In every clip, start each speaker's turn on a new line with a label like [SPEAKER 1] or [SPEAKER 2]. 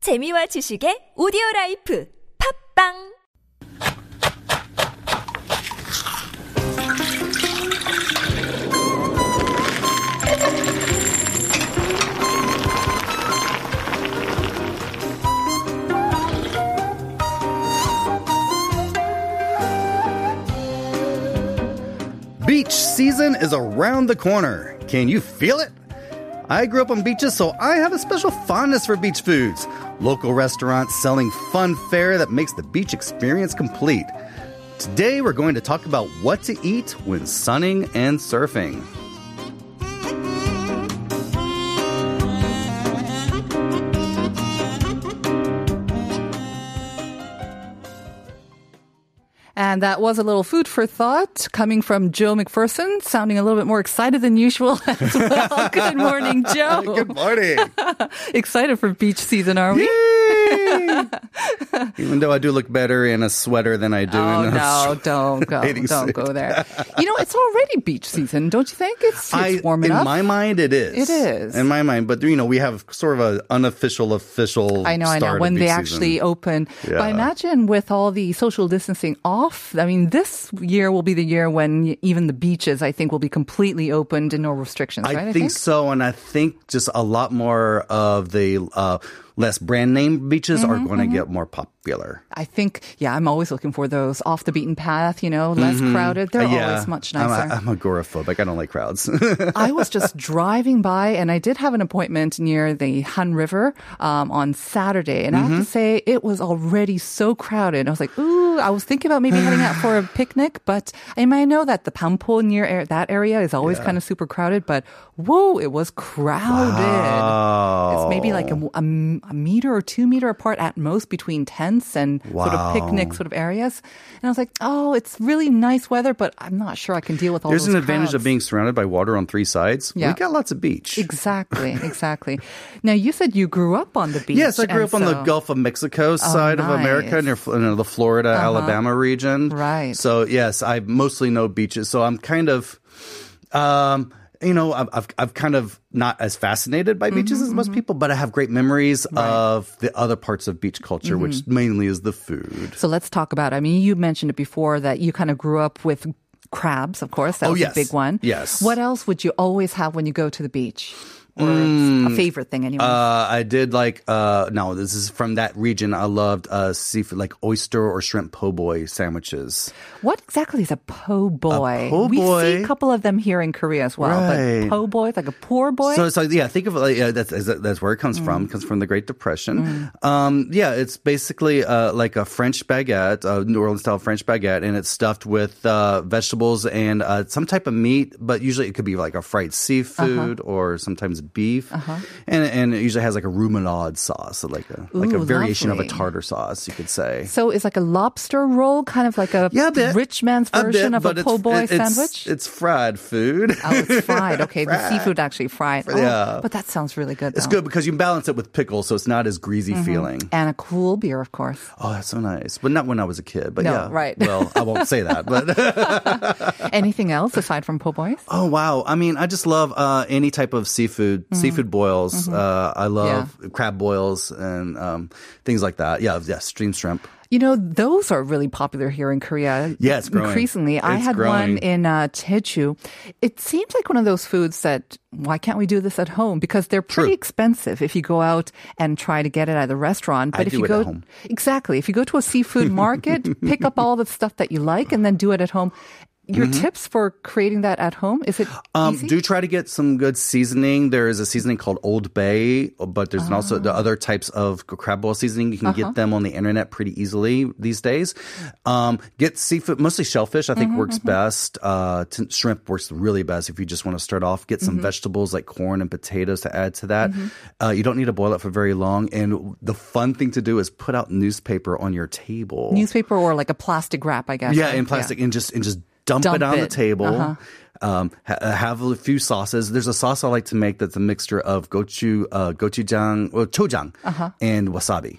[SPEAKER 1] 재미와 지식의 오디오 라이프 팝빵
[SPEAKER 2] Beach season is around the corner. Can you feel it? I grew up on beaches, so I have a special fondness for beach foods. Local restaurants selling fun fare that makes the beach experience complete. Today, we're going to talk about what to eat when sunning and surfing.
[SPEAKER 3] And that was a little food for thought coming from Joe McPherson, sounding a little bit more excited than usual as well. Good morning, Joe.
[SPEAKER 2] Good morning.
[SPEAKER 3] Excited for beach season, are we?
[SPEAKER 2] Yay! Even though I do look better in a sweater than I do
[SPEAKER 3] Oh
[SPEAKER 2] in a
[SPEAKER 3] no! Don't go!
[SPEAKER 2] bathing
[SPEAKER 3] Don't
[SPEAKER 2] suit.
[SPEAKER 3] go there. You know it's already beach season, don't you think? It's, it's warm
[SPEAKER 2] in
[SPEAKER 3] enough.
[SPEAKER 2] my mind, it is.
[SPEAKER 3] It is.
[SPEAKER 2] in my mind. But you know, we have sort of an unofficial, official.
[SPEAKER 3] I know, I
[SPEAKER 2] start
[SPEAKER 3] know.
[SPEAKER 2] of
[SPEAKER 3] When
[SPEAKER 2] beach
[SPEAKER 3] they
[SPEAKER 2] season.
[SPEAKER 3] actually open,
[SPEAKER 2] Yeah.
[SPEAKER 3] but imagine with all the social distancing off. I mean, this year will be the year when even the beaches, I think, will be completely opened and no restrictions.
[SPEAKER 2] I
[SPEAKER 3] right?
[SPEAKER 2] think so, and I think just a lot more of the uh, less brand name beaches are
[SPEAKER 3] Mm-hmm,
[SPEAKER 2] going to get more popular.
[SPEAKER 3] I think, yeah, I'm always looking for those off the beaten path, you know, less crowded. They're always much
[SPEAKER 2] Uh, I'm,
[SPEAKER 3] nicer.
[SPEAKER 2] I'm agoraphobic. I don't like crowds.
[SPEAKER 3] I was just driving by and I did have an appointment near the Han River um, on Saturday. And I have to say, it was already so crowded. I was like, ooh, I was thinking about maybe heading out for a picnic, but I mean, I know that the Pampo near air, that area is always kind of super crowded, but whoa, it was crowded. It's maybe
[SPEAKER 2] Oh.
[SPEAKER 3] like a, a m- a meter or two meter apart at most between tents and sort of
[SPEAKER 2] Wow.
[SPEAKER 3] picnic sort of areas. And I was like, oh, it's really nice weather, but I'm not sure I can deal with all
[SPEAKER 2] There's
[SPEAKER 3] those
[SPEAKER 2] an advantage of
[SPEAKER 3] crowds.
[SPEAKER 2] being surrounded by water on three sides.
[SPEAKER 3] Yeah.
[SPEAKER 2] We got lots of beach.
[SPEAKER 3] Exactly, exactly. now you said you grew up on the beach.
[SPEAKER 2] Yes, I grew
[SPEAKER 3] and
[SPEAKER 2] up on the
[SPEAKER 3] so- Oh,
[SPEAKER 2] Gulf of Mexico side of America near, Fl- near the Florida, Alabama region.
[SPEAKER 3] Uh-huh. Right.
[SPEAKER 2] So yes, I mostly know beaches. So I'm kind of, um, you know, I've, I've I've kind of not as fascinated by beaches
[SPEAKER 3] Mm-hmm,
[SPEAKER 2] as most people, but I have great memories of the other parts of beach culture, which
[SPEAKER 3] Mm-hmm.
[SPEAKER 2] mainly is the food.
[SPEAKER 3] So let's talk about. I mean, you mentioned it before that you kind of grew up with crabs, of course. That
[SPEAKER 2] Oh,
[SPEAKER 3] was
[SPEAKER 2] yes.
[SPEAKER 3] a big one.
[SPEAKER 2] Yes.
[SPEAKER 3] What else would you always have when you go to the beach? Or
[SPEAKER 2] Hmm.
[SPEAKER 3] a favorite thing, anyway.
[SPEAKER 2] Uh, I did like uh, no, this is from that region. I loved uh, seafood like oyster or shrimp po' boy sandwiches.
[SPEAKER 3] what exactly is a po' boy?
[SPEAKER 2] po'
[SPEAKER 3] we see
[SPEAKER 2] boy-
[SPEAKER 3] a couple of them here in Korea as well.
[SPEAKER 2] Right.
[SPEAKER 3] But po' boy, like a poor boy.
[SPEAKER 2] So, so yeah, think of it like, yeah, that's is that- that's where it comes
[SPEAKER 3] Mm.
[SPEAKER 2] from. It comes from the Great Depression. Um, yeah, it's basically uh, like a French baguette, a New Orleans style French baguette, and it's stuffed with uh, vegetables and uh, some type of meat. But usually, it could be like a fried seafood or
[SPEAKER 3] Uh-huh.
[SPEAKER 2] sometimes beef, and and it usually has like a remoulade sauce, so like a like a
[SPEAKER 3] Ooh,
[SPEAKER 2] variation of a tartar
[SPEAKER 3] lovely.
[SPEAKER 2] sauce, you could say.
[SPEAKER 3] So it's like a lobster roll, kind of like a,
[SPEAKER 2] Yeah, a bit.
[SPEAKER 3] rich man's
[SPEAKER 2] A bit,
[SPEAKER 3] version of
[SPEAKER 2] but
[SPEAKER 3] a po'
[SPEAKER 2] it's-
[SPEAKER 3] boy
[SPEAKER 2] it- it's-
[SPEAKER 3] sandwich.
[SPEAKER 2] It's fried food.
[SPEAKER 3] Oh, it's fried. Okay, the seafood actually fried. Oh,
[SPEAKER 2] Yeah.
[SPEAKER 3] but that sounds really good. Though.
[SPEAKER 2] It's good because you balance it with pickles, so it's not as greasy
[SPEAKER 3] Mm-hmm.
[SPEAKER 2] feeling.
[SPEAKER 3] and a cool beer, of course.
[SPEAKER 2] Oh, that's so nice. But not when I was a kid. But yeah,
[SPEAKER 3] No, right.
[SPEAKER 2] Well, I won't say that. But
[SPEAKER 3] Anything else aside from po' boys?
[SPEAKER 2] oh wow, I mean, I just love uh, any type of seafood,
[SPEAKER 3] Mm-hmm.
[SPEAKER 2] seafood boils. Uh, I love crab boils and um, things like that. Yeah, yeah, stream shrimp.
[SPEAKER 3] You know, those are really popular here in Korea.
[SPEAKER 2] Yeah, it's growing.
[SPEAKER 3] Increasingly, I
[SPEAKER 2] It's
[SPEAKER 3] had
[SPEAKER 2] growing.
[SPEAKER 3] one in uh, Jeju. It seems like one of those foods that why can't we do this at home? Because they're pretty
[SPEAKER 2] True.
[SPEAKER 3] expensive if you go out and try to get it at a restaurant.
[SPEAKER 2] I
[SPEAKER 3] if
[SPEAKER 2] do
[SPEAKER 3] you
[SPEAKER 2] it at
[SPEAKER 3] go
[SPEAKER 2] home.
[SPEAKER 3] exactly, if you go to a seafood market, pick up all the stuff that you like, and then do it at home. Your tips for creating that at home is it
[SPEAKER 2] Mm-hmm. Um,
[SPEAKER 3] easy?
[SPEAKER 2] do try to get some good seasoning. There is a seasoning called Old Bay, but there's also
[SPEAKER 3] Ah.
[SPEAKER 2] the other types of crab boil seasoning. You can
[SPEAKER 3] Uh-huh.
[SPEAKER 2] get them on the internet pretty easily these days. Um, get seafood, mostly shellfish. I think
[SPEAKER 3] Mm-hmm,
[SPEAKER 2] works best. Uh, t- shrimp works really best if you just want to start off. Get some
[SPEAKER 3] Mm-hmm.
[SPEAKER 2] vegetables like corn and potatoes to add to that. Uh, you don't need to boil it for very long. And the fun thing to do is put out newspaper on your table.
[SPEAKER 3] newspaper or like a plastic wrap, I guess.
[SPEAKER 2] Yeah,
[SPEAKER 3] right?
[SPEAKER 2] in plastic, and just and just dump,
[SPEAKER 3] Dump
[SPEAKER 2] it on the
[SPEAKER 3] it. Uh-huh.
[SPEAKER 2] table. Um, ha- have a few sauces. There's a sauce I like to
[SPEAKER 3] Uh-huh.
[SPEAKER 2] make that's a mixture of gochu, uh, gochujang, well, chojang, and wasabi.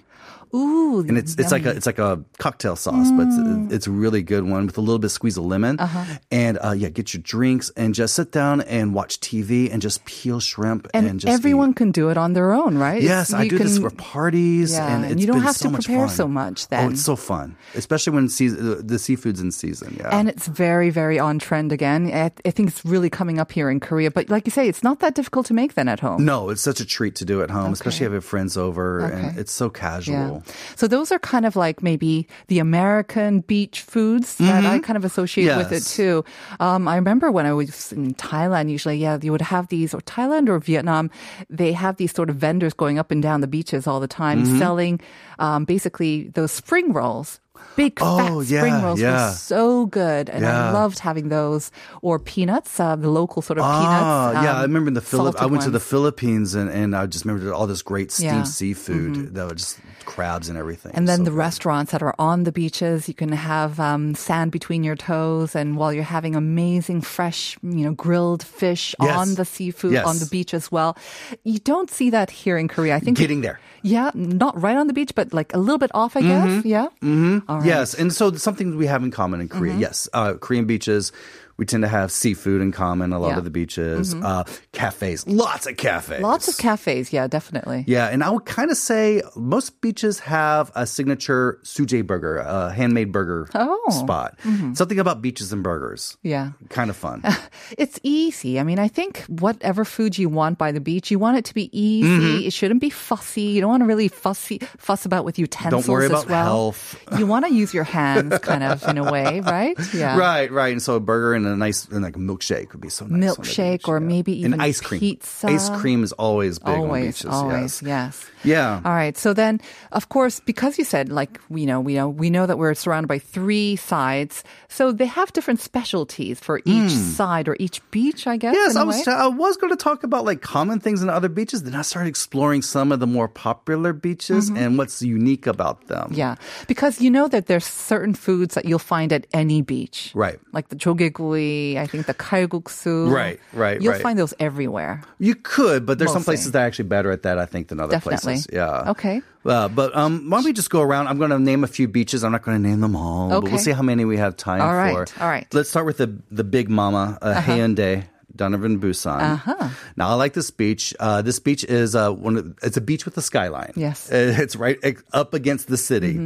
[SPEAKER 3] Ooh,
[SPEAKER 2] and it's it's like a it's like a cocktail sauce, but
[SPEAKER 3] Mm.
[SPEAKER 2] it's, it's a really good one with a little bit of squeeze of lemon.
[SPEAKER 3] Uh-huh.
[SPEAKER 2] And uh, yeah, get your drinks and just sit down and watch TV and just peel shrimp and,
[SPEAKER 3] and,
[SPEAKER 2] just
[SPEAKER 3] everyone
[SPEAKER 2] eat.
[SPEAKER 3] can do it on their own, right?
[SPEAKER 2] Yes,
[SPEAKER 3] It's-
[SPEAKER 2] I do
[SPEAKER 3] you
[SPEAKER 2] this
[SPEAKER 3] can-
[SPEAKER 2] for parties,
[SPEAKER 3] Yeah,
[SPEAKER 2] and
[SPEAKER 3] and
[SPEAKER 2] it's
[SPEAKER 3] you don't
[SPEAKER 2] been
[SPEAKER 3] have
[SPEAKER 2] so
[SPEAKER 3] to
[SPEAKER 2] much
[SPEAKER 3] prepare
[SPEAKER 2] fun.
[SPEAKER 3] so much
[SPEAKER 2] oh,
[SPEAKER 3] then. it's
[SPEAKER 2] it's so fun, especially when season, the, the seafood's in season. Yeah,
[SPEAKER 3] and it's very, very on trend again. I, I think it's really coming up here in Korea. But like you say, it's not that difficult to make then at home.
[SPEAKER 2] no, it's such a treat to do at home, especially if you have friends over, and
[SPEAKER 3] Okay.
[SPEAKER 2] it's so
[SPEAKER 3] Yeah.
[SPEAKER 2] casual.
[SPEAKER 3] So those are kind of like maybe the American beach foods that I kind of associate with it
[SPEAKER 2] Mm-hmm. Yes.
[SPEAKER 3] too. Um, I remember when I was in Thailand, usually, yeah, you would have these, or Thailand or Vietnam, they have these sort of vendors going up and down the beaches all the time
[SPEAKER 2] Mm-hmm.
[SPEAKER 3] selling um, basically those spring rolls. Big fat
[SPEAKER 2] Oh, yeah,
[SPEAKER 3] spring rolls
[SPEAKER 2] yeah.
[SPEAKER 3] were so good, and I
[SPEAKER 2] Yeah.
[SPEAKER 3] loved having those. Or peanuts, uh, the local sort of
[SPEAKER 2] Ah,
[SPEAKER 3] peanuts.
[SPEAKER 2] yeah, I
[SPEAKER 3] um,
[SPEAKER 2] remember in the Philippines. I
[SPEAKER 3] salted
[SPEAKER 2] went to the
[SPEAKER 3] ones.
[SPEAKER 2] Philippines and, and I just remember all this great steamed
[SPEAKER 3] Yeah. Mm-hmm.
[SPEAKER 2] seafood that was just crabs and everything.
[SPEAKER 3] And then
[SPEAKER 2] So
[SPEAKER 3] the
[SPEAKER 2] good.
[SPEAKER 3] restaurants that are on the beaches, you can have um, sand between your toes, and while you're having amazing fresh, you know, grilled fish
[SPEAKER 2] Yes.
[SPEAKER 3] on the seafood
[SPEAKER 2] Yes.
[SPEAKER 3] on the beach as well. You don't see that here in Korea. I think
[SPEAKER 2] getting there.
[SPEAKER 3] yeah, not right on the beach, but like a little bit off, I guess.
[SPEAKER 2] Mm-hmm.
[SPEAKER 3] Yeah.
[SPEAKER 2] Yes, and so something we have in common in Korea.
[SPEAKER 3] Mm-hmm.
[SPEAKER 2] Yes, uh, Korean beaches. We tend to have seafood in common. A lot
[SPEAKER 3] Yeah. Mm-hmm.
[SPEAKER 2] of the beaches, uh, cafes, lots of cafes,
[SPEAKER 3] Lots of cafes. Yeah, definitely.
[SPEAKER 2] Yeah, and I would kind of say most beaches have a signature suje burger, a handmade burger
[SPEAKER 3] Oh.
[SPEAKER 2] spot. Something about beaches and burgers.
[SPEAKER 3] Yeah.
[SPEAKER 2] Kind of fun.
[SPEAKER 3] It's easy. I mean, I think whatever food you want by the beach, you want it to be easy.
[SPEAKER 2] Mm-hmm.
[SPEAKER 3] It shouldn't be fussy. You don't want to really fussy fuss about with utensils
[SPEAKER 2] worry
[SPEAKER 3] as
[SPEAKER 2] about
[SPEAKER 3] well.
[SPEAKER 2] health.
[SPEAKER 3] You want to use your hands, kind of in a way, right? Yeah.
[SPEAKER 2] Right, right. And so a burger and a nice and like a milkshake would be so nice. on the
[SPEAKER 3] Milkshake
[SPEAKER 2] beach,
[SPEAKER 3] or
[SPEAKER 2] yeah.
[SPEAKER 3] maybe even
[SPEAKER 2] and ice cream.
[SPEAKER 3] pizza.
[SPEAKER 2] Ice cream is always big on
[SPEAKER 3] Always,
[SPEAKER 2] beaches.
[SPEAKER 3] always,
[SPEAKER 2] yes.
[SPEAKER 3] yes.
[SPEAKER 2] Yeah.
[SPEAKER 3] All right. So then, of course, because you said like we know we know we know that we're surrounded by three sides, so they have different specialties for each side or each beach, I guess.
[SPEAKER 2] Hmm. Yes,
[SPEAKER 3] in a
[SPEAKER 2] I was
[SPEAKER 3] way.
[SPEAKER 2] I was going to talk about like common things in other beaches. Then I started exploring some of the more popular beaches and what's unique about them.
[SPEAKER 3] Mm-hmm. Yeah, because you know that there's certain foods that you'll find at any beach.
[SPEAKER 2] Right.
[SPEAKER 3] Like the 조개구이, I think the kalguksu.
[SPEAKER 2] Right, right,
[SPEAKER 3] You'll
[SPEAKER 2] right.
[SPEAKER 3] find those everywhere.
[SPEAKER 2] You could, but there's some
[SPEAKER 3] Mostly.
[SPEAKER 2] places that are actually better at that, I think, than other
[SPEAKER 3] Definitely.
[SPEAKER 2] places. Yeah.
[SPEAKER 3] Okay.
[SPEAKER 2] Uh, but um, why don't we just go around? I'm going to name a few beaches. I'm not going to name them all, but we'll
[SPEAKER 3] Okay.
[SPEAKER 2] see how many we have time
[SPEAKER 3] All right,
[SPEAKER 2] for.
[SPEAKER 3] all right. Uh-huh.
[SPEAKER 2] Let's start with the the big mama, uh, Hyundai. Donovan Busan. Uh-huh. Now I like this beach. Uh, this beach is uh, one. Of, it's a beach with a skyline.
[SPEAKER 3] Yes. Mm-hmm.
[SPEAKER 2] Uh, it's right ex- up against the city.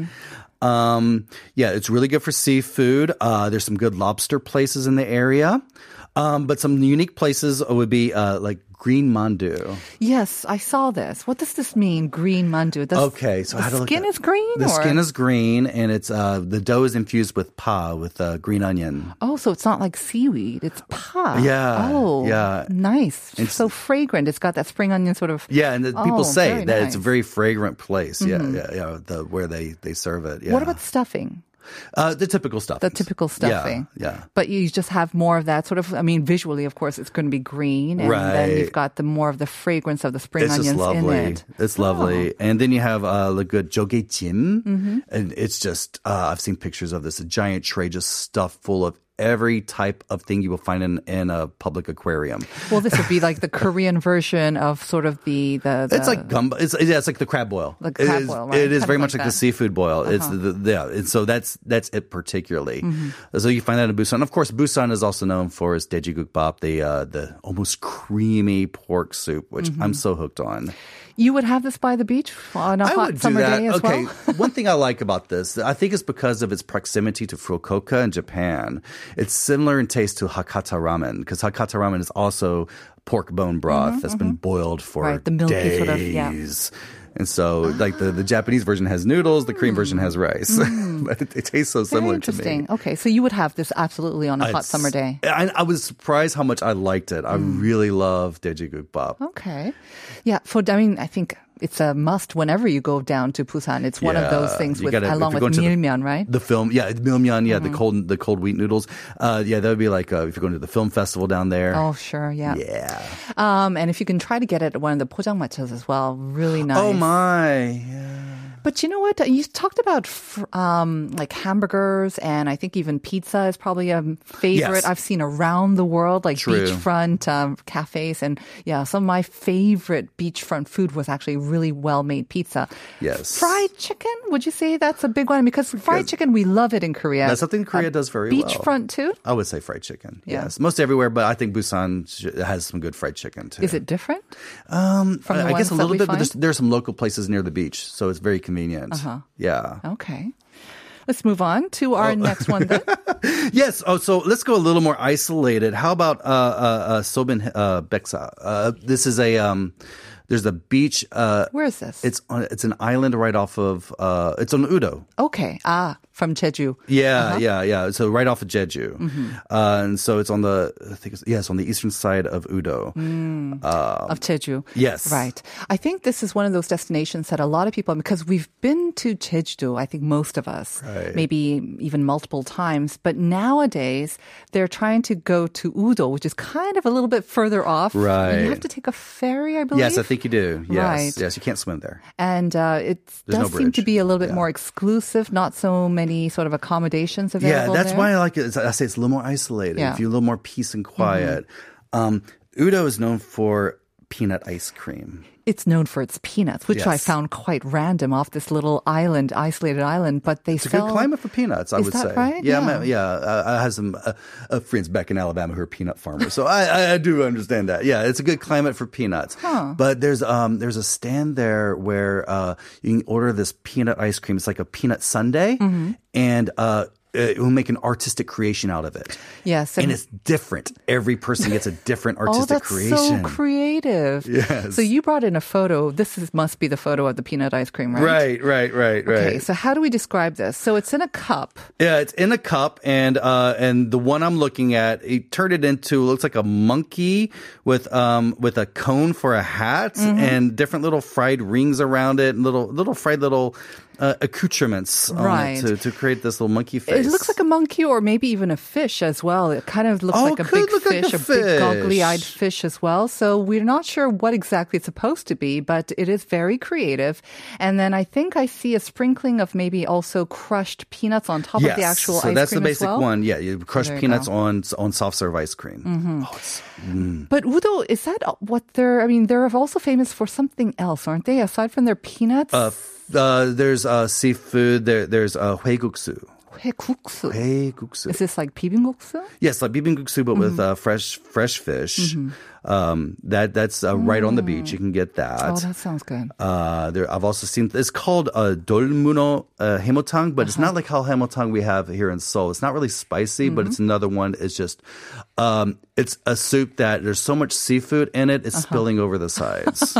[SPEAKER 2] Um, yeah, it's really good for seafood. Uh, there's some good lobster places in the area, um, but some unique places would be uh, like Green Mandu.
[SPEAKER 3] Yes, I saw this. What does this mean? Green mandu. The,
[SPEAKER 2] Okay, so
[SPEAKER 3] the
[SPEAKER 2] how to look
[SPEAKER 3] skin
[SPEAKER 2] at-
[SPEAKER 3] is green.
[SPEAKER 2] The
[SPEAKER 3] or?
[SPEAKER 2] skin is green, and it's uh, the dough is infused with pa with uh, green onion.
[SPEAKER 3] Oh, so it's not like seaweed. It's pa.
[SPEAKER 2] Yeah,
[SPEAKER 3] Oh.
[SPEAKER 2] yeah.
[SPEAKER 3] Nice.
[SPEAKER 2] It's-
[SPEAKER 3] so fragrant. It's got that spring onion sort of.
[SPEAKER 2] Yeah, and the, people
[SPEAKER 3] Oh,
[SPEAKER 2] say
[SPEAKER 3] very
[SPEAKER 2] that it's a
[SPEAKER 3] nice. Mm-hmm.
[SPEAKER 2] very fragrant place. Yeah, yeah, yeah. The, where they they serve it. Yeah.
[SPEAKER 3] What about stuffing?
[SPEAKER 2] uh, the typical stuff?
[SPEAKER 3] The typical stuffing.
[SPEAKER 2] Yeah,
[SPEAKER 3] But you just have more of that sort of, I mean, visually, of course, it's going to be green. And then you've
[SPEAKER 2] Right.
[SPEAKER 3] got the more of the fragrance of the
[SPEAKER 2] yeah.
[SPEAKER 3] spring
[SPEAKER 2] It's just
[SPEAKER 3] onions in
[SPEAKER 2] lovely.
[SPEAKER 3] it. Oh.
[SPEAKER 2] It's lovely. And then you have uh, the good jjigae
[SPEAKER 3] Mm-hmm.
[SPEAKER 2] and it's just uh, I've seen pictures of this a giant tray just stuffed full of every type of thing you will find in, in a public aquarium.
[SPEAKER 3] Well, this would be like the Korean version of sort of the. the, the
[SPEAKER 2] It's like gumbo. It's yeah, it's like the crab boil.
[SPEAKER 3] Like
[SPEAKER 2] It
[SPEAKER 3] crab
[SPEAKER 2] is-
[SPEAKER 3] boil, right?
[SPEAKER 2] It is
[SPEAKER 3] Kind of
[SPEAKER 2] very
[SPEAKER 3] like
[SPEAKER 2] much like the
[SPEAKER 3] that. Uh-huh.
[SPEAKER 2] seafood boil. It's the, the- yeah, and so that's that's it particularly.
[SPEAKER 3] Mm-hmm.
[SPEAKER 2] So you find that in Busan. Of course, Busan is also known for its dejigukbap, the uh, the almost creamy pork soup, which
[SPEAKER 3] Mm-hmm.
[SPEAKER 2] I'm so hooked on.
[SPEAKER 3] You would have this by the beach on a
[SPEAKER 2] I
[SPEAKER 3] hot
[SPEAKER 2] would do
[SPEAKER 3] summer
[SPEAKER 2] that.
[SPEAKER 3] day as
[SPEAKER 2] okay,
[SPEAKER 3] well.
[SPEAKER 2] one thing I like about this, I think, is because of its proximity to Fukuoka in Japan. It's similar in taste to Hakata ramen because Hakata ramen is also pork bone broth that's been boiled for
[SPEAKER 3] Mm-hmm, Right, the milky
[SPEAKER 2] days.
[SPEAKER 3] sort of- yeah.
[SPEAKER 2] And so, like the, the Japanese version has noodles, the Korean version has rice. but it, it tastes so
[SPEAKER 3] Mm. Very
[SPEAKER 2] similar to me.
[SPEAKER 3] interesting. Okay, so you would have this absolutely on a hot
[SPEAKER 2] It's-
[SPEAKER 3] summer day. Mm.
[SPEAKER 2] I, I was surprised how much I liked it. I really love Dejigukbap.
[SPEAKER 3] Okay. Yeah, for, I mean, I think it's a must whenever you go down to Busan. It's one of those
[SPEAKER 2] Yeah,
[SPEAKER 3] things
[SPEAKER 2] you
[SPEAKER 3] with,
[SPEAKER 2] gotta- if
[SPEAKER 3] along
[SPEAKER 2] you're
[SPEAKER 3] with
[SPEAKER 2] going to the-
[SPEAKER 3] Milmyeon, right?
[SPEAKER 2] The film, yeah, the Milmyeon, yeah,
[SPEAKER 3] Mm-hmm.
[SPEAKER 2] the cold, the cold wheat noodles. Uh, yeah, that would be like uh, if you're going to the film festival down there.
[SPEAKER 3] Oh, sure, yeah.
[SPEAKER 2] yeah.
[SPEAKER 3] Um, and if you can try to get it at one of the pojangmachas as well, really nice.
[SPEAKER 2] Oh my. Yeah.
[SPEAKER 3] But you know what? You talked about fr- um, like hamburgers, and I think even pizza is probably a
[SPEAKER 2] Yes.
[SPEAKER 3] favorite I've seen around the world, like
[SPEAKER 2] True.
[SPEAKER 3] beachfront um, cafes. And yeah, some of my favorite beachfront food was actually really well made pizza.
[SPEAKER 2] Yes.
[SPEAKER 3] Fried chicken, would you say that's a big one? Because fried chicken, we love it in Korea.
[SPEAKER 2] That's something Korea does very well.
[SPEAKER 3] Beachfront too?
[SPEAKER 2] I would say fried chicken.
[SPEAKER 3] Yeah.
[SPEAKER 2] Yes, most everywhere, but I think Busan sh- has some good fried chicken too.
[SPEAKER 3] Is it different? Um, from the
[SPEAKER 2] I I guess a
[SPEAKER 3] ones that
[SPEAKER 2] little
[SPEAKER 3] we
[SPEAKER 2] bit, but
[SPEAKER 3] find? Uh-huh.
[SPEAKER 2] there's, there's some local places near the beach, so it's very convenient. Yeah.
[SPEAKER 3] Okay. Let's move on to
[SPEAKER 2] Oh.
[SPEAKER 3] our next one then.
[SPEAKER 2] Yes. Oh, so let's go a little more isolated. How about uh, uh, uh, Sobin uh, Beksa? Uh, this is a um, there's a beach. Uh,
[SPEAKER 3] Where is this?
[SPEAKER 2] it's on, it's an island right off of uh, it's on Udo. Uh-huh.
[SPEAKER 3] okay. Ah, from Jeju.
[SPEAKER 2] Yeah, yeah, yeah. So right off of Jeju, uh, and so it's on the I think it's, yeah, it's on the eastern side of Udo.
[SPEAKER 3] of Jeju.
[SPEAKER 2] yes.
[SPEAKER 3] Right. I think this is one of those destinations that a lot of people, because we've been to Jeju, I think most of us,
[SPEAKER 2] Right.
[SPEAKER 3] maybe even multiple times, but nowadays they're trying to go to Udo, which is kind of a little bit further off. And
[SPEAKER 2] Right.
[SPEAKER 3] you have to take a ferry, I believe.
[SPEAKER 2] Yes, I think you do. Yes,
[SPEAKER 3] Right.
[SPEAKER 2] yes, you can't swim there.
[SPEAKER 3] And uh, it
[SPEAKER 2] There's no
[SPEAKER 3] does seem to
[SPEAKER 2] bridge.
[SPEAKER 3] be a little bit
[SPEAKER 2] Yeah.
[SPEAKER 3] more exclusive, not so many sort of accommodations
[SPEAKER 2] Yeah,
[SPEAKER 3] available.
[SPEAKER 2] that's
[SPEAKER 3] there.
[SPEAKER 2] why I like it. It's- I say it's a little more isolated.
[SPEAKER 3] Yeah.
[SPEAKER 2] If you a little more peace and quiet. Um, Udo is known for peanut ice cream.
[SPEAKER 3] it's known for its peanuts, which I
[SPEAKER 2] Yes.
[SPEAKER 3] found quite random off this little island, isolated island. But they
[SPEAKER 2] It's a
[SPEAKER 3] sell
[SPEAKER 2] good climate for peanuts, I
[SPEAKER 3] Is
[SPEAKER 2] would
[SPEAKER 3] that
[SPEAKER 2] say.
[SPEAKER 3] right?
[SPEAKER 2] Yeah,
[SPEAKER 3] Yeah.
[SPEAKER 2] yeah. yeah uh, I have some uh, uh, friends back in Alabama who are peanut farmers, so I, I, I do understand that. Yeah, it's a good climate for peanuts. But there's um there's a stand there where uh, you can order this peanut ice cream. It's like a peanut sundae,
[SPEAKER 3] Mm-hmm.
[SPEAKER 2] and uh, it will make an artistic creation out of it.
[SPEAKER 3] Yes,
[SPEAKER 2] and,
[SPEAKER 3] and-
[SPEAKER 2] it's different. Every person gets a different
[SPEAKER 3] Oh,
[SPEAKER 2] artistic
[SPEAKER 3] that's
[SPEAKER 2] creation.
[SPEAKER 3] so creative.
[SPEAKER 2] Yes.
[SPEAKER 3] So you brought in a photo. This is, must be the photo of the peanut ice cream,
[SPEAKER 2] Right,
[SPEAKER 3] right?
[SPEAKER 2] right, right, right.
[SPEAKER 3] Okay, so how do we describe this? So it's in a cup.
[SPEAKER 2] Yeah, it's in a cup, and uh, and the one I'm looking at, it turned it into looks like a monkey with um with a cone for a hat
[SPEAKER 3] Mm-hmm.
[SPEAKER 2] and different little fried rings around it, and little little fried little uh, accoutrements on it
[SPEAKER 3] Right.
[SPEAKER 2] to, to create this little monkey face.
[SPEAKER 3] It looks like a monkey or maybe even a fish as well. It kind of looks
[SPEAKER 2] Oh,
[SPEAKER 3] like a
[SPEAKER 2] could
[SPEAKER 3] big
[SPEAKER 2] look like
[SPEAKER 3] fish,
[SPEAKER 2] a
[SPEAKER 3] big goggly eyed
[SPEAKER 2] fish.
[SPEAKER 3] fish as well. So we're not sure what exactly it's supposed to be, but it is very creative. And then I think I see a sprinkling of maybe also crushed peanuts on top of the actual
[SPEAKER 2] so
[SPEAKER 3] ice
[SPEAKER 2] that's
[SPEAKER 3] cream
[SPEAKER 2] the
[SPEAKER 3] as
[SPEAKER 2] basic
[SPEAKER 3] well.
[SPEAKER 2] one. Yeah, you crush
[SPEAKER 3] There you
[SPEAKER 2] peanuts
[SPEAKER 3] go.
[SPEAKER 2] on
[SPEAKER 3] Mm-hmm.
[SPEAKER 2] on soft serve ice cream. Oh, it's
[SPEAKER 3] But Udo, is that what they're? I mean, they're also famous for something else, aren't they? Aside from their peanuts,
[SPEAKER 2] uh, f- uh, there's uh, seafood. There, there's uh, hueguksu.
[SPEAKER 3] 회국수.
[SPEAKER 2] Hueguksu.
[SPEAKER 3] Is this like Oh, 비빔국수?
[SPEAKER 2] Yes, like bibimbap but with uh, fresh fresh fish. Um, that that's uh, right on the beach. You can get
[SPEAKER 3] Oh,
[SPEAKER 2] that.
[SPEAKER 3] that sounds good.
[SPEAKER 2] uh, there, I've also seen it's called uh, dolmuno uh, hemotang, but it's not like how hemotang we have here in Seoul. It's not really spicy, but it's another one. It's just um, it's a soup that there's so much seafood in it, it's spilling over the sides.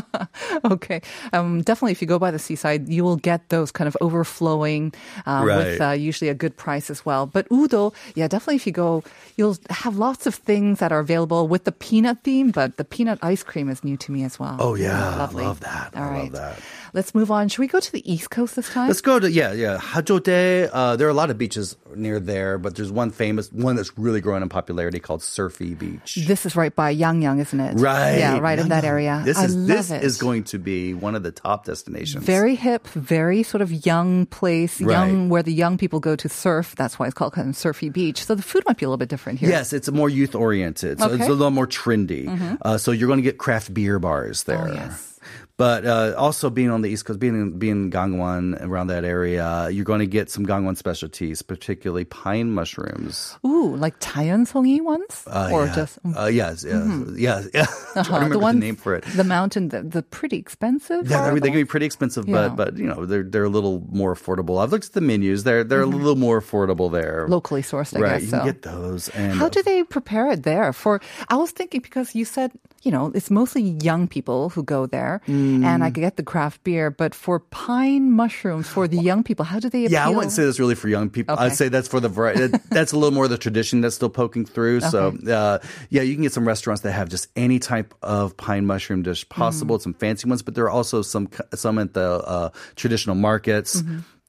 [SPEAKER 3] Okay, um, definitely. If you go by the seaside, you will get those kind of overflowing uh, with
[SPEAKER 2] Right.
[SPEAKER 3] uh, usually a good price as well. But Udo, yeah, definitely. If you go, you'll have lots of things that are available with the peanut theme. But the peanut ice cream is new to me as well.
[SPEAKER 2] Oh, yeah.
[SPEAKER 3] lovely.
[SPEAKER 2] Love that.
[SPEAKER 3] All
[SPEAKER 2] I love
[SPEAKER 3] right.
[SPEAKER 2] that.
[SPEAKER 3] Let's move on. Should we go to the East Coast this time?
[SPEAKER 2] Let's go to yeah yeah Hajodae. Uh, there are a lot of beaches near there, but there's one famous one that's really growing in popularity called Surfy Beach.
[SPEAKER 3] This is right by Yangyang, isn't it?
[SPEAKER 2] Right.
[SPEAKER 3] Yeah, right in that
[SPEAKER 2] No, no.
[SPEAKER 3] area.
[SPEAKER 2] This
[SPEAKER 3] I
[SPEAKER 2] is
[SPEAKER 3] love
[SPEAKER 2] this
[SPEAKER 3] it.
[SPEAKER 2] is going to be one of the top destinations.
[SPEAKER 3] very hip, very sort of young place, young
[SPEAKER 2] Right.
[SPEAKER 3] where the young people go to surf. That's why it's called kind of surfy beach. So the food might be a little bit different here.
[SPEAKER 2] Yes, it's more youth oriented. So
[SPEAKER 3] Okay. Mm-hmm.
[SPEAKER 2] it's a little more trendy. Uh, so you're going to get craft beer bars there.
[SPEAKER 3] Oh, yes.
[SPEAKER 2] But uh, also being on the East Coast, being in, being in Gangwon around that area, you're going to get some Gangwon specialties, particularly pine mushrooms.
[SPEAKER 3] Ooh, like Taeyeonsongi ones,
[SPEAKER 2] Uh,
[SPEAKER 3] or
[SPEAKER 2] yeah.
[SPEAKER 3] just
[SPEAKER 2] uh, yes, yes, yes. yeah. I'm trying to
[SPEAKER 3] Uh,
[SPEAKER 2] remember the,
[SPEAKER 3] ones-
[SPEAKER 2] name for it.
[SPEAKER 3] Mm-hmm. The mountain, the, the pretty expensive.
[SPEAKER 2] Yeah, I
[SPEAKER 3] are
[SPEAKER 2] mean,
[SPEAKER 3] the
[SPEAKER 2] they can be pretty expensive, but
[SPEAKER 3] Yeah.
[SPEAKER 2] but you know they're they're a little more affordable. I've looked at the menus; they're they're
[SPEAKER 3] Mm-hmm.
[SPEAKER 2] a little more affordable there.
[SPEAKER 3] locally sourced, I
[SPEAKER 2] right?
[SPEAKER 3] guess.
[SPEAKER 2] you
[SPEAKER 3] So.
[SPEAKER 2] can get those. And
[SPEAKER 3] How do they prepare it there? For I was thinking because you said you know it's mostly young people who go there, and
[SPEAKER 2] Mm.
[SPEAKER 3] I could get the craft beer. But for pine mushrooms for the young people, how do they?
[SPEAKER 2] yeah, I
[SPEAKER 3] appeal?
[SPEAKER 2] wouldn't say that's really for young people.
[SPEAKER 3] Okay.
[SPEAKER 2] I'd say that's for the variety. that's a little more the tradition that's still poking through. So, uh, yeah, you can get some restaurants that have just any type of pine mushroom
[SPEAKER 3] Mm-hmm. Mm-hmm.
[SPEAKER 2] dish possible. Some fancy ones, but there are also some some at the uh, traditional markets.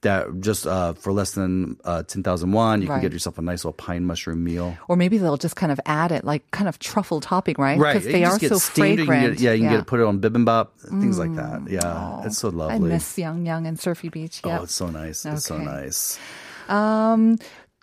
[SPEAKER 2] that just uh, for less than uh, 10,000 won, you can
[SPEAKER 3] Right.
[SPEAKER 2] get yourself a nice little pine mushroom meal.
[SPEAKER 3] Or maybe they'll just kind of add it, like kind of truffle topping, right? Because
[SPEAKER 2] You
[SPEAKER 3] they
[SPEAKER 2] can
[SPEAKER 3] are
[SPEAKER 2] just get
[SPEAKER 3] so
[SPEAKER 2] steamed, you can
[SPEAKER 3] fragrant. Mm.
[SPEAKER 2] get- yeah, you can get it, put it on bibimbap, things like that. Yeah, it's so
[SPEAKER 3] Oh, I
[SPEAKER 2] lovely.
[SPEAKER 3] miss Yang Yang and Surfy Beach. Yeah.
[SPEAKER 2] Oh, it's so nice. It's so
[SPEAKER 3] Okay.
[SPEAKER 2] nice.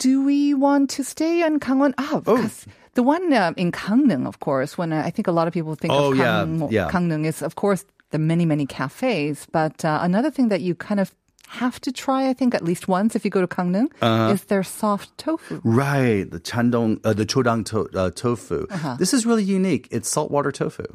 [SPEAKER 3] Do we want to stay in Gangwon? Ah,
[SPEAKER 2] Oh.
[SPEAKER 3] because the one um, in Gangneung, of course, when uh, I think a lot of people think
[SPEAKER 2] Oh,
[SPEAKER 3] of
[SPEAKER 2] yeah,
[SPEAKER 3] Gangneung,
[SPEAKER 2] yeah.
[SPEAKER 3] Gangneung is, of course, the many, many cafes. But uh, another thing that you kind of have to try, I think, at least once if you go to Gangneung,
[SPEAKER 2] Uh-huh.
[SPEAKER 3] is their soft tofu.
[SPEAKER 2] Right, the chandong, uh, the chodang to, uh, tofu. This is really unique. It's saltwater tofu.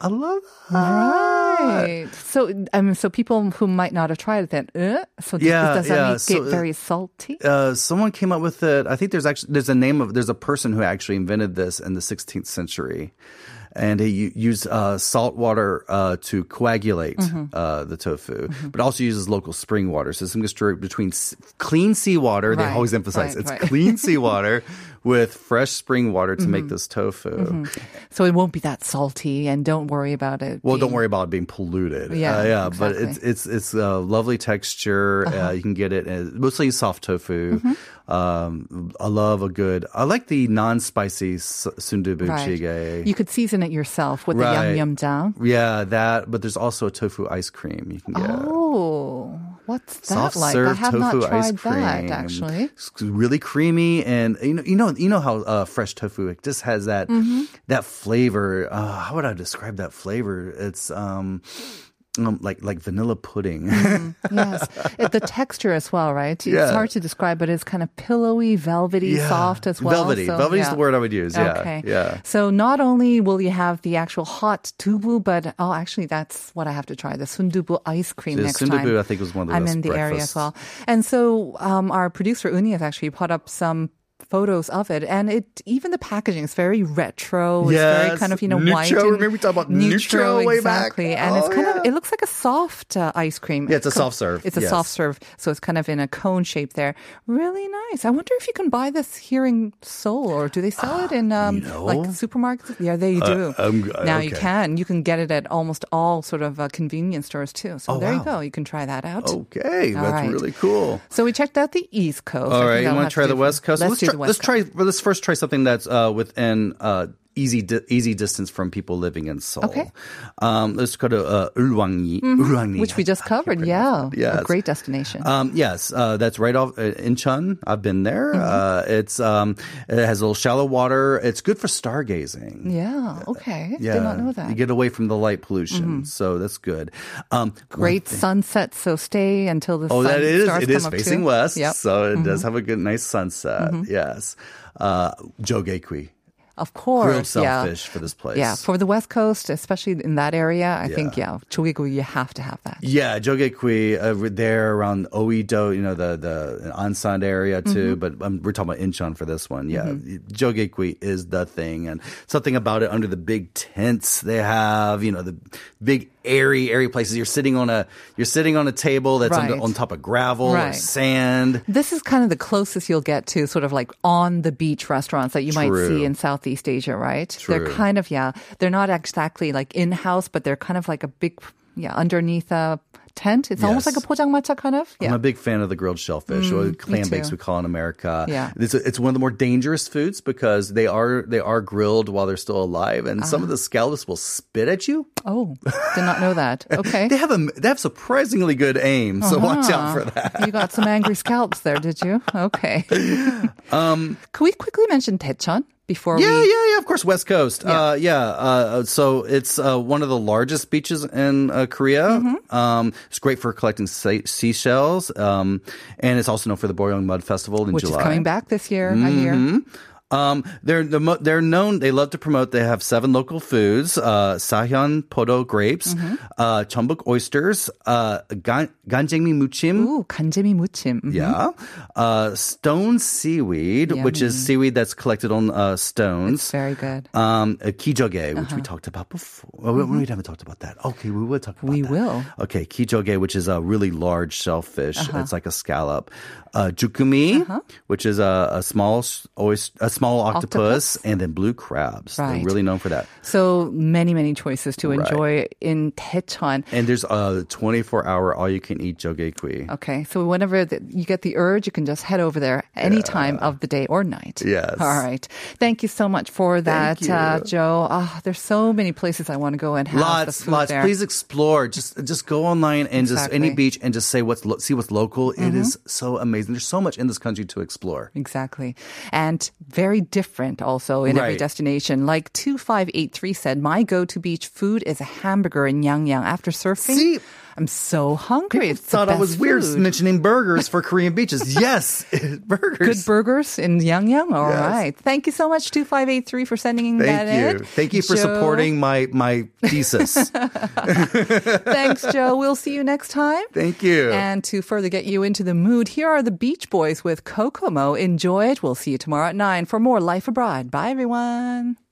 [SPEAKER 2] I love that.
[SPEAKER 3] Right. So, I mean, so people who might not have tried it then, uh, so does-
[SPEAKER 2] Yeah,
[SPEAKER 3] does that
[SPEAKER 2] yeah,
[SPEAKER 3] make
[SPEAKER 2] so,
[SPEAKER 3] it
[SPEAKER 2] uh,
[SPEAKER 3] very salty?
[SPEAKER 2] Uh, someone came up with it. I think there's actually there's a name of there's a person who actually invented this in the 16th century, and he u- used uh, salt water uh, to coagulate uh, the tofu, but also uses local spring water. So it's a mixture between s- clean seawater. They
[SPEAKER 3] Right,
[SPEAKER 2] always emphasize
[SPEAKER 3] right,
[SPEAKER 2] it's
[SPEAKER 3] right.
[SPEAKER 2] clean seawater with fresh spring water to make this tofu.
[SPEAKER 3] so it won't be that salty, and don't worry about it.
[SPEAKER 2] Well, don't
[SPEAKER 3] being-
[SPEAKER 2] worry about it being polluted.
[SPEAKER 3] Yeah,
[SPEAKER 2] Uh, yeah. But
[SPEAKER 3] exactly. Uh-huh.
[SPEAKER 2] it's it's it's a lovely texture. Uh, you can get it as, mostly soft tofu.
[SPEAKER 3] Mm-hmm.
[SPEAKER 2] Um, I love a good. I like the non-spicy s- sundubu jjigae.
[SPEAKER 3] You could season it yourself with
[SPEAKER 2] Right.
[SPEAKER 3] the yum yum jang.
[SPEAKER 2] yeah, that. But there's also a tofu ice cream you can get.
[SPEAKER 3] Oh, what's that
[SPEAKER 2] Soft
[SPEAKER 3] like? I
[SPEAKER 2] serve
[SPEAKER 3] have
[SPEAKER 2] tofu
[SPEAKER 3] not
[SPEAKER 2] ice
[SPEAKER 3] tried
[SPEAKER 2] cream,
[SPEAKER 3] that actually.
[SPEAKER 2] It's really creamy, and you know, you know, you know how uh, fresh tofu it just has that
[SPEAKER 3] Mm-hmm.
[SPEAKER 2] that flavor. Uh, how would I describe that flavor? It's um, um like like vanilla pudding.
[SPEAKER 3] Mm-hmm. yes, It- the texture as well, right? It's
[SPEAKER 2] Yeah.
[SPEAKER 3] hard to describe, but it's kind of pillowy, velvety,
[SPEAKER 2] Yeah.
[SPEAKER 3] soft as well.
[SPEAKER 2] Velvety.
[SPEAKER 3] So,
[SPEAKER 2] Velvety is
[SPEAKER 3] yeah.
[SPEAKER 2] the word I would use. Yeah.
[SPEAKER 3] Okay.
[SPEAKER 2] Yeah.
[SPEAKER 3] So not only will you have the actual hot tubu, but oh, actually, that's what I have to try the sundubu ice cream
[SPEAKER 2] The
[SPEAKER 3] next time.
[SPEAKER 2] sundubu, I think, was one of the
[SPEAKER 3] I'm
[SPEAKER 2] best
[SPEAKER 3] in the area as
[SPEAKER 2] breakfasts.
[SPEAKER 3] well. And so um, our producer Uni has actually put up some photos of it, and it even the packaging is very retro. It's very
[SPEAKER 2] Yes.
[SPEAKER 3] kind of you know
[SPEAKER 2] Neutro.
[SPEAKER 3] white. and-
[SPEAKER 2] Remember we talked about neutro way back?
[SPEAKER 3] exactly. And it's
[SPEAKER 2] Oh,
[SPEAKER 3] kind of
[SPEAKER 2] yeah.
[SPEAKER 3] it looks like a soft uh, ice cream.
[SPEAKER 2] Yeah, it's a
[SPEAKER 3] co-
[SPEAKER 2] soft serve.
[SPEAKER 3] It's a
[SPEAKER 2] Yes.
[SPEAKER 3] soft serve, so it's kind of in a cone shape there. Really nice. I wonder if you can buy this here in Seoul, or do they sell it in um,
[SPEAKER 2] no.
[SPEAKER 3] like supermarkets? Yeah, they do.
[SPEAKER 2] I'm- uh,
[SPEAKER 3] now you
[SPEAKER 2] okay.
[SPEAKER 3] can. You can get it at almost all sort of uh, convenience stores too.
[SPEAKER 2] Oh,
[SPEAKER 3] So there you go. You can try that out.
[SPEAKER 2] Okay.
[SPEAKER 3] All
[SPEAKER 2] that's
[SPEAKER 3] right.
[SPEAKER 2] really cool.
[SPEAKER 3] So we checked out the East Coast. I
[SPEAKER 2] All
[SPEAKER 3] think
[SPEAKER 2] right. You
[SPEAKER 3] I'll
[SPEAKER 2] want
[SPEAKER 3] have
[SPEAKER 2] to try
[SPEAKER 3] do-
[SPEAKER 2] the West Coast?
[SPEAKER 3] Let's,
[SPEAKER 2] let's
[SPEAKER 3] do
[SPEAKER 2] try,
[SPEAKER 3] the West
[SPEAKER 2] let's
[SPEAKER 3] Coast.
[SPEAKER 2] try. well, Let's first try something that's uh, within uh, easy di- easy distance from people living in Seoul.
[SPEAKER 3] Okay. Mm-hmm.
[SPEAKER 2] Um, let's go to uh, Ulwangyi. Ulwangyi.
[SPEAKER 3] which we just covered. Yeah, a
[SPEAKER 2] Yes.
[SPEAKER 3] great destination.
[SPEAKER 2] Um, yes, uh, that's right off uh, Incheon. I've been there.
[SPEAKER 3] Mm-hmm.
[SPEAKER 2] Uh, it's um, it has a little shallow water. It's good for stargazing.
[SPEAKER 3] yeah. Okay. Did not know that. Mm-hmm.
[SPEAKER 2] You get away from the light pollution, so that's good. Um,
[SPEAKER 3] great sunset. So stay until the
[SPEAKER 2] Oh,
[SPEAKER 3] sun
[SPEAKER 2] that is
[SPEAKER 3] stars
[SPEAKER 2] it is
[SPEAKER 3] come up
[SPEAKER 2] facing
[SPEAKER 3] too.
[SPEAKER 2] west,
[SPEAKER 3] Yep. Mm-hmm.
[SPEAKER 2] so it does have a good nice sunset. Yes, uh, Jogekui
[SPEAKER 3] of course.
[SPEAKER 2] grilled
[SPEAKER 3] yeah.
[SPEAKER 2] shellfish for this place.
[SPEAKER 3] Yeah, for the West Coast, especially in that area, I think yeah,
[SPEAKER 2] Yeah.
[SPEAKER 3] Chogigu, you have to have that.
[SPEAKER 2] Yeah, Jogekui uh, there around Oedo, you know the the Ansan area too.
[SPEAKER 3] Mm-hmm.
[SPEAKER 2] But um, we're talking about Incheon for this one. Yeah, Jogekui is the thing, and something about it under the big tents they have. You know the big airy airy places. You're sitting on a you're sitting on a table that's
[SPEAKER 3] Right.
[SPEAKER 2] on, on top of gravel or
[SPEAKER 3] Right.
[SPEAKER 2] sand.
[SPEAKER 3] This is kind of the closest you'll get to sort of like on the beach restaurants that you might
[SPEAKER 2] True.
[SPEAKER 3] see in Southeast Asia, right? They're
[SPEAKER 2] True.
[SPEAKER 3] kind of yeah, they're not exactly like in house, but they're kind of like a big yeah underneath a tent. It's almost
[SPEAKER 2] Yes.
[SPEAKER 3] like a pojangmacha kind of. Yeah.
[SPEAKER 2] I'm a
[SPEAKER 3] Mm,
[SPEAKER 2] big fan of the grilled shellfish or clam bakes
[SPEAKER 3] too.
[SPEAKER 2] we call it in America.
[SPEAKER 3] Yeah.
[SPEAKER 2] It's, it's one of the more dangerous foods because they are they are grilled while they're still alive and some of
[SPEAKER 3] Uh-huh.
[SPEAKER 2] the scallops will spit at you.
[SPEAKER 3] oh, did not know that. Okay.
[SPEAKER 2] They have a they have surprisingly good aim,
[SPEAKER 3] Uh-huh.
[SPEAKER 2] so watch out for that.
[SPEAKER 3] you got some angry scalps there, did you? Okay. um, Can we quickly mention Daecheon before
[SPEAKER 2] Yeah,
[SPEAKER 3] we?
[SPEAKER 2] yeah, yeah. Of course, West Coast. Uh, yeah. Uh, so it's uh, one of the largest beaches in uh, Korea.
[SPEAKER 3] Mm-hmm.
[SPEAKER 2] Um, it's great for collecting se- seashells, um, and it's also known for the Boryong Mud Festival in
[SPEAKER 3] Which
[SPEAKER 2] July.
[SPEAKER 3] is coming back this year, I hear.
[SPEAKER 2] Um, they're the mo- they're known. They love to promote. They have seven local foods: uh, Sahyeon podo grapes, uh, Cheonbuk oysters, uh, gan- ganjangmi muchim.
[SPEAKER 3] Ooh, 간제미 무침. Mhm.
[SPEAKER 2] Yeah, uh, stone seaweed, which is seaweed that's collected on uh, stones.
[SPEAKER 3] Very good.
[SPEAKER 2] Um, uh, kijoge, which we talked about before. Oh, we- We haven't talked about that. Okay, we will talk about
[SPEAKER 3] We
[SPEAKER 2] that.
[SPEAKER 3] will.
[SPEAKER 2] Okay, kijoge, which is a really large
[SPEAKER 3] Uh-huh.
[SPEAKER 2] shellfish. It's like a scallop. Uh, jukumi, which is a, a small s- oyster, a small octopus, and then blue crabs.
[SPEAKER 3] Right.
[SPEAKER 2] They're really known for that.
[SPEAKER 3] So many, many choices to
[SPEAKER 2] Right.
[SPEAKER 3] enjoy in Daejeon.
[SPEAKER 2] And there's a 24 hour all you can eat jjigae.
[SPEAKER 3] Okay, so whenever the, you get the urge, you can just head over there any time of the day or night.
[SPEAKER 2] Yes.
[SPEAKER 3] All right. Thank you so much for that,
[SPEAKER 2] Thank you.
[SPEAKER 3] Uh, Joe. Ah, there's so many places I want to go and have the
[SPEAKER 2] Lots,
[SPEAKER 3] food
[SPEAKER 2] lots.
[SPEAKER 3] there.
[SPEAKER 2] Please explore. Just, just go online and just any
[SPEAKER 3] Exactly. Mm-hmm.
[SPEAKER 2] beach and just say what's lo- see what's local. It is so amazing. There's so much in this country to explore.
[SPEAKER 3] Exactly. And very different also in every
[SPEAKER 2] Right.
[SPEAKER 3] destination. Like 2583 said, my go to beach food is a hamburger in Yangyang after surfing.
[SPEAKER 2] See?
[SPEAKER 3] I'm so hungry. It's the
[SPEAKER 2] Thought I was
[SPEAKER 3] best
[SPEAKER 2] weird
[SPEAKER 3] food.
[SPEAKER 2] mentioning burgers for Korean beaches. yes, burgers.
[SPEAKER 3] Good burgers in Yangyang. All right.
[SPEAKER 2] Yes.
[SPEAKER 3] Thank you so much, 2583, for sending
[SPEAKER 2] Thank
[SPEAKER 3] that
[SPEAKER 2] you.
[SPEAKER 3] in.
[SPEAKER 2] Thank you for
[SPEAKER 3] Joe-
[SPEAKER 2] supporting my my thesis.
[SPEAKER 3] Thanks, Joe. We'll see you next time.
[SPEAKER 2] Thank you.
[SPEAKER 3] And to further get you into the mood, here are the Beach Boys with Kokomo. Enjoy it. We'll see you tomorrow at 9 for more Life Abroad. Bye, everyone.